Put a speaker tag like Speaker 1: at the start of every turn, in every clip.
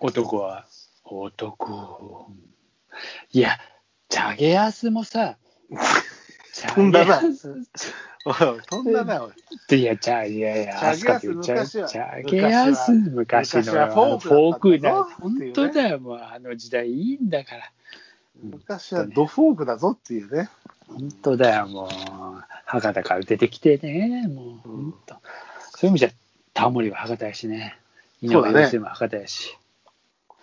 Speaker 1: 男は男いやチャゲアスもさチ
Speaker 2: 飛んだな
Speaker 1: スっ
Speaker 2: おい飛んだな、おい
Speaker 1: ていやチャいやいや
Speaker 2: チャゲアス
Speaker 1: 飛鳥って言っちゃう
Speaker 2: 昔
Speaker 1: チ
Speaker 2: は
Speaker 1: ャゲアス昔
Speaker 2: 昔
Speaker 1: の
Speaker 2: は
Speaker 1: フ
Speaker 2: フォ
Speaker 1: ォー
Speaker 2: ーク
Speaker 1: ク
Speaker 2: だ
Speaker 1: だ
Speaker 2: ったぞ
Speaker 1: 本当だよもうあの時代いいんだから
Speaker 2: 昔はドフォークだぞっていうね。
Speaker 1: 本当だよもう博多から出てきてねもう、
Speaker 2: うん
Speaker 1: 本当そういう意味じゃタモリは博多やしね井
Speaker 2: そうだ
Speaker 1: 上
Speaker 2: ね
Speaker 1: 陽水も博多やし、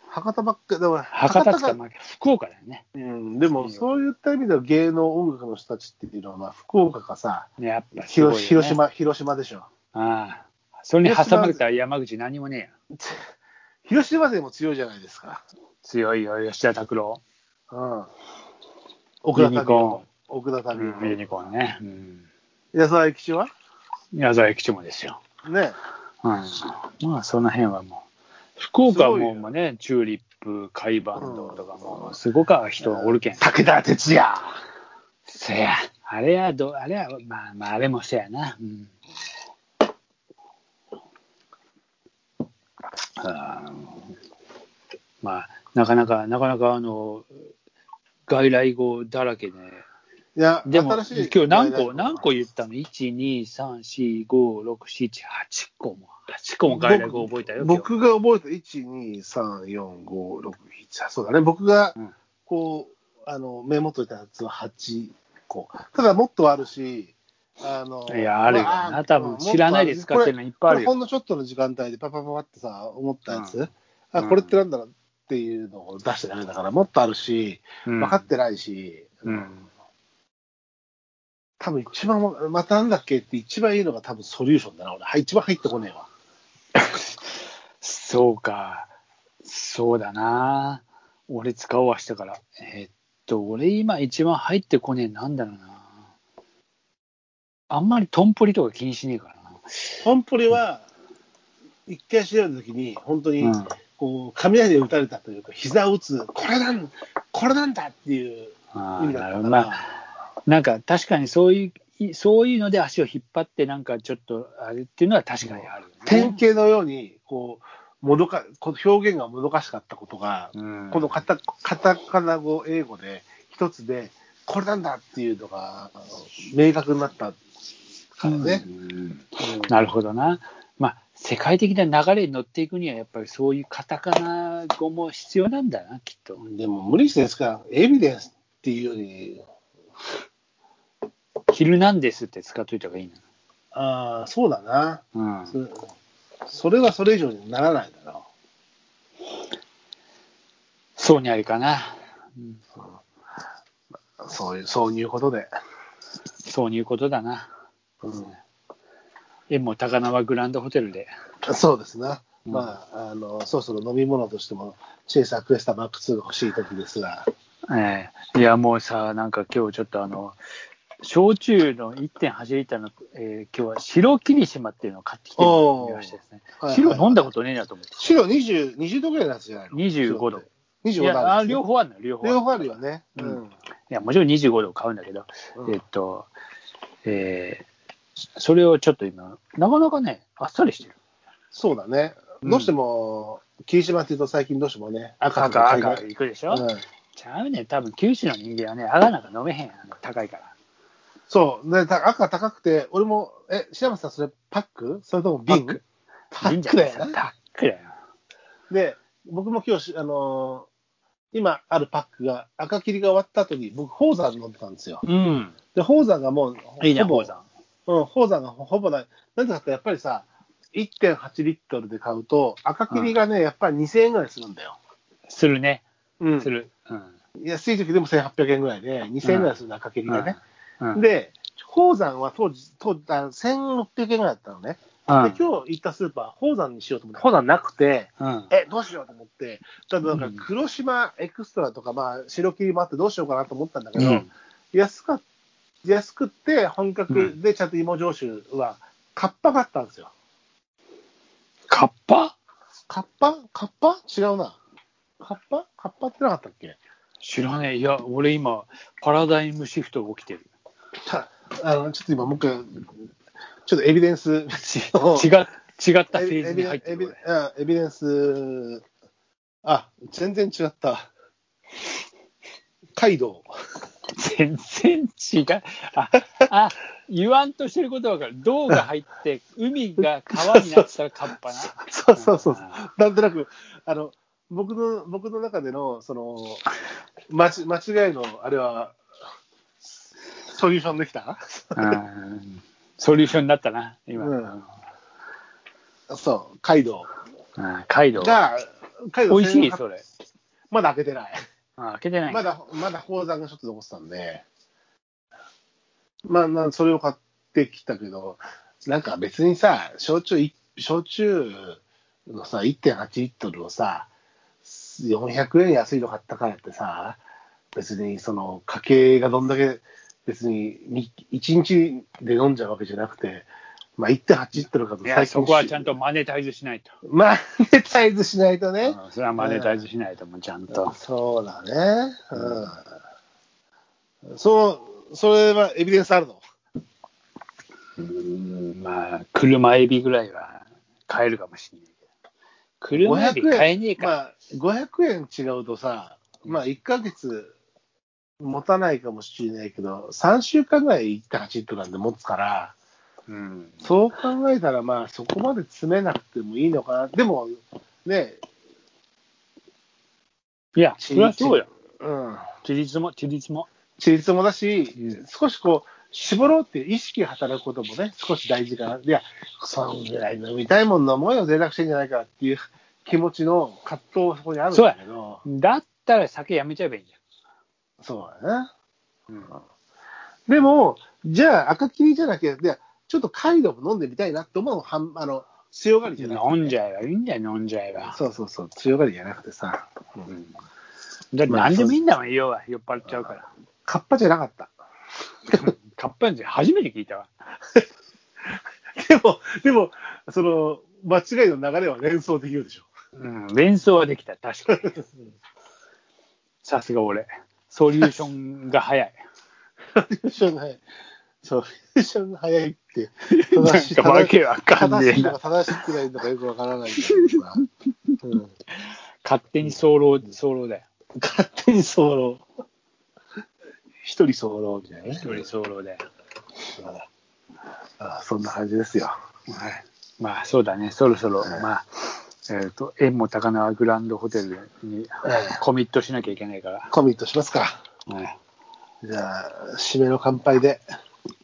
Speaker 2: 博多ばっかだから
Speaker 1: 博多っつった
Speaker 2: が
Speaker 1: らまあ福岡だよね
Speaker 2: うん、でもそういった意味では芸能音楽の人たちっていうのはまあ福岡かさ
Speaker 1: ねやっぱすごいよ
Speaker 2: 広
Speaker 1: ね
Speaker 2: 広島広島でしょ
Speaker 1: ああそれに挟まれた山口何もねえよ
Speaker 2: 広島勢も強いじゃないですか、
Speaker 1: 強いよ吉田拓郎
Speaker 2: うん、奥田
Speaker 1: ユ
Speaker 2: 民
Speaker 1: ニコ
Speaker 2: 生奥田
Speaker 1: ユ
Speaker 2: 民生
Speaker 1: ニコーンね、うん、
Speaker 2: 矢沢永吉は
Speaker 1: 矢沢駅長もですよ、
Speaker 2: ね
Speaker 1: うん、まあその辺はもう福岡はも
Speaker 2: すごいうよ
Speaker 1: もうねチューリップ海バンドとかもうすごか人がおるけん
Speaker 2: 武田鉄矢
Speaker 1: そや、あれやど、あれや、まあ、まあ、あれもそやな。うん。あーまあ、なかなか、なかなか、あの、外来語だらけで、
Speaker 2: いや
Speaker 1: でも、
Speaker 2: 新しい
Speaker 1: 今日何個、
Speaker 2: 外来
Speaker 1: 何個言ったの ?1、2、3、4、5、6、7、8個も、8個も外来語覚えたよ。
Speaker 2: 僕が覚えた1234567そうだね僕が
Speaker 1: うん
Speaker 2: こう、あのメモといたやつは8個ただもっとあるしあの
Speaker 1: 今日いや、あるよ
Speaker 2: ま
Speaker 1: な。多分、知らないで使ってるのいっぱいある
Speaker 2: これほ
Speaker 1: よ。
Speaker 2: んのちょっとの時間帯でパパパパってさ思ったやつ、
Speaker 1: う
Speaker 2: あこれってなんだろうっていうのを出してダメだからもっとあるし分かってないし、
Speaker 1: うん。うん
Speaker 2: 多分一番わまたなんだっけって一番いいのが多分ソリューションだな俺はい一番入ってこねえわ
Speaker 1: そうか、そうだな。俺使おうはしたから。えーっと、俺今一番入ってこねえなんだろうな。あんまりトンポリとか気にしねえから
Speaker 2: ポンプリは一回調べた時に本当に、
Speaker 1: な。
Speaker 2: こう雷で打たれたというか、膝を打つ、これなんこれなんだっていう
Speaker 1: あ
Speaker 2: 意
Speaker 1: あ、
Speaker 2: 味
Speaker 1: な
Speaker 2: だ
Speaker 1: る
Speaker 2: っ
Speaker 1: ほど。
Speaker 2: たな
Speaker 1: まあ、なんか確かにそういうい、そういうので足を引っ張って、なんかちょっとあれっていうのは確かにある、ね。
Speaker 2: 典型のようにこうもどか、この表現がもどかしかったことが、
Speaker 1: うん、
Speaker 2: このカタカタカナ語、英語で一つで、これなんだっていうのがあの明確になったからね。
Speaker 1: うん
Speaker 2: うん
Speaker 1: なるほどな。まあ、世界的な流れに乗っていくには、やっぱりそういうカタカナ語も必要なんだな、きっと。
Speaker 2: でも無理してですから、エビデンスっていうより、
Speaker 1: ヒルナンデスって使っといた方がいいな。
Speaker 2: ああ、そうだな、
Speaker 1: うん、
Speaker 2: そ。それはそれ以上にならないだろう。
Speaker 1: そうにありかな。うん、
Speaker 2: そういう、そういうことで。
Speaker 1: そういうことだな。
Speaker 2: うん
Speaker 1: 縁も高輪グランドホテルで。
Speaker 2: そうですね。
Speaker 1: うん
Speaker 2: まあ、あの、そろそろ飲み物としても、チェイサークエスタマック2が欲しい時ですが、
Speaker 1: ええいや、もうさ、なんか今日ちょっとあの、焼酎の1.8リッターの、えー今日は白霧島っていうのを買ってきて
Speaker 2: おー
Speaker 1: みましてですね
Speaker 2: はい。
Speaker 1: 白飲んだことねえなと思って。
Speaker 2: 白20、20度ぐらいのやつじゃないの
Speaker 1: 25度。
Speaker 2: 25
Speaker 1: い
Speaker 2: 度
Speaker 1: や、
Speaker 2: あ
Speaker 1: あ
Speaker 2: るんですね
Speaker 1: 両方あるのよ、両方。
Speaker 2: 両方あるよ。ね。
Speaker 1: う
Speaker 2: うんん。
Speaker 1: いや、もちろん25度を買うんだけど、
Speaker 2: うん
Speaker 1: えっと、えーそれをちょっと今、なかなかね、あっさりしてる。
Speaker 2: そうだね。
Speaker 1: うん
Speaker 2: どうしても、霧島っていうと最近どうしてもね、赤と
Speaker 1: 赤、
Speaker 2: か
Speaker 1: 赤、いくでしょ、
Speaker 2: うん
Speaker 1: ちゃうね、多分九州の人間はね、あがなんか飲めへんやん、高いから。
Speaker 2: そう、ね、た赤高くて、俺も、え、白松さん、それパックそれとも瓶
Speaker 1: パック
Speaker 2: パ
Speaker 1: いいん
Speaker 2: ッ
Speaker 1: じ
Speaker 2: ク
Speaker 1: ゃないで
Speaker 2: だ
Speaker 1: すか
Speaker 2: よね。
Speaker 1: タックだよ。
Speaker 2: で、僕も今日し、あのー今あるパックが、赤切りが終わった後に、僕、宝山飲んでたんですよ。
Speaker 1: うん。
Speaker 2: で、宝山がもう、
Speaker 1: いいね、
Speaker 2: ほぼ
Speaker 1: 坊さん。
Speaker 2: うん、宝山がほぼない。なんでかって、やっぱりさ、1.8リットルで買うと、赤切りがね、やっぱり2000円ぐらいするんだよ。
Speaker 1: するね、
Speaker 2: うん
Speaker 1: す。る。うん。
Speaker 2: 安い時でも1800円ぐらいで、2000円ぐらいするの、赤切りがね。
Speaker 1: うん、うん、
Speaker 2: で、宝山は当時、当時あ1600円ぐらいだったのね。
Speaker 1: うん、
Speaker 2: で、今日行ったスーパー、宝山にしようと思って、宝山なくて、
Speaker 1: うん、
Speaker 2: え、どうしようと思って、ただなんか黒島エクストラとか、まあ、白切りもあってどうしようかなと思ったんだけど、
Speaker 1: うん
Speaker 2: 安かっ安くって本格でちゃんと芋上州は、カッパがあったんですよ。
Speaker 1: カッパ
Speaker 2: カッパカッパ違うな。カッパカッパってなかったっけ
Speaker 1: 知らねえ。いや、俺今、パラダイムシフトが起きてる。
Speaker 2: たあの、ちょっと今、もう一回、ちょっとエビデンス、
Speaker 1: ち違っ違ったフェーズに入って
Speaker 2: エビ
Speaker 1: る。
Speaker 2: エビエビデンスあ、全然違った。カイド
Speaker 1: 全然違う。あ、あ、言わんとしてることわかる。銅が入って、海が川になってたらカッパな。
Speaker 2: ウ。そうそうそう。なんとなく、あの、僕の、僕の中での、その、間ち間違いの、あれは、ソリューションできた
Speaker 1: うんソリューションになったな、今。
Speaker 2: うんそう、カイド
Speaker 1: うんカイド
Speaker 2: ウ
Speaker 1: ウ。
Speaker 2: が、カイドウ
Speaker 1: 美味しい、
Speaker 2: 1800
Speaker 1: それ。
Speaker 2: まだ開けてない。
Speaker 1: あ開けてない。
Speaker 2: まだ、まだ宝山がちょっと残ってたんで、まあ、なそれを買ってきたけど、なんか別にさ、焼酎い、焼酎のさ、1.8リットルをさ、400円安いの買ったからってさ、別にその家計がどんだけ、別にに1日で飲んじゃうわけじゃなくて、まあ1.8リットルかと
Speaker 1: いやそこはちゃん。とマネタイズしないと。
Speaker 2: マネタイズしないとね。
Speaker 1: うんそれはマネタイズしないと、もうちゃんと。
Speaker 2: そうだね。うん。そう、それはエビデンスあるの
Speaker 1: うん、まあ、車エビぐらいは買えるかもしれないけど。車エビ
Speaker 2: 500円
Speaker 1: 買えねえか。
Speaker 2: まあ、500円違うとさ、まあ、1ヶ月持たないかもしれないけど、3週間ぐらい1.8リットルなんで持つから、
Speaker 1: うん。
Speaker 2: そう考えたら、まあ、そこまで詰めなくてもいいのかな。でも、ね、
Speaker 1: いや、そりゃそうよ。
Speaker 2: うん。
Speaker 1: 自立も、自立も。
Speaker 2: 自立もだし、
Speaker 1: うん
Speaker 2: 少しこう、絞ろうっていう意識が働くこともね、少し大事かな。いや、そんぐらい飲みたいもん飲もうよ、贅沢してんじゃないかっていう気持ちの葛藤がそこにあるんだけど、
Speaker 1: だったら酒やめちゃえばいいじ
Speaker 2: そうだね。
Speaker 1: ゃん。うん
Speaker 2: でも、じゃあ赤霧じゃなきゃ、でちょっとカイドも飲んでみたいなと思うのはん、あの、強がりじゃなくて。
Speaker 1: 飲んじゃえばいいんだよ、飲んじゃえば。
Speaker 2: そうそうそう、強がりじゃなくてさ、
Speaker 1: うんだって何でもいいんだもん、要は酔っ払っちゃうから。
Speaker 2: カッパじゃなかった。
Speaker 1: カッパなんて初めて聞いたわ。
Speaker 2: でも、でも、その、間違いの流れは連想できるでしょ。
Speaker 1: うん、連想はできた、確か に。さすが俺。ソリューションが早い。
Speaker 2: ソリューションが早い。ソリューションが早いって、
Speaker 1: な
Speaker 2: 正
Speaker 1: ん
Speaker 2: しい
Speaker 1: かわけわかんね
Speaker 2: 正し
Speaker 1: え
Speaker 2: いの
Speaker 1: な。
Speaker 2: か正しくないのかよくわからないんだけどさ、うん、
Speaker 1: 勝手に早漏、早漏だよ。
Speaker 2: 勝手に早漏。一人早漏みたいなね
Speaker 1: 一。人早漏だよ。
Speaker 2: ああそんな感じですよ。
Speaker 1: はい。まあ、そうだね、そろそろ、まあ、えっ、と、縁も高輪グランドホテルにコミットしなきゃいけないから。
Speaker 2: コミットしますか。
Speaker 1: はい
Speaker 2: じゃあ、締めの乾杯で。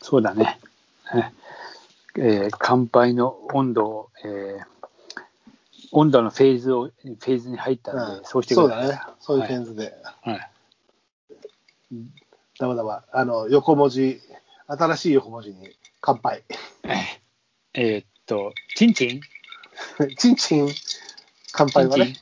Speaker 1: そうだね。はいえー乾杯の温度を、えー温度のフェーズを、フェーズに入ったんで、
Speaker 2: ん
Speaker 1: そうして
Speaker 2: そ
Speaker 1: く
Speaker 2: う
Speaker 1: ださ
Speaker 2: だ
Speaker 1: い。
Speaker 2: ね。そういうフェンズで。
Speaker 1: はい。
Speaker 2: だまだま、あの、横文字、新しい横文字に乾杯。
Speaker 1: えーっと、チンチン
Speaker 2: チンチン、乾杯はね。
Speaker 1: チ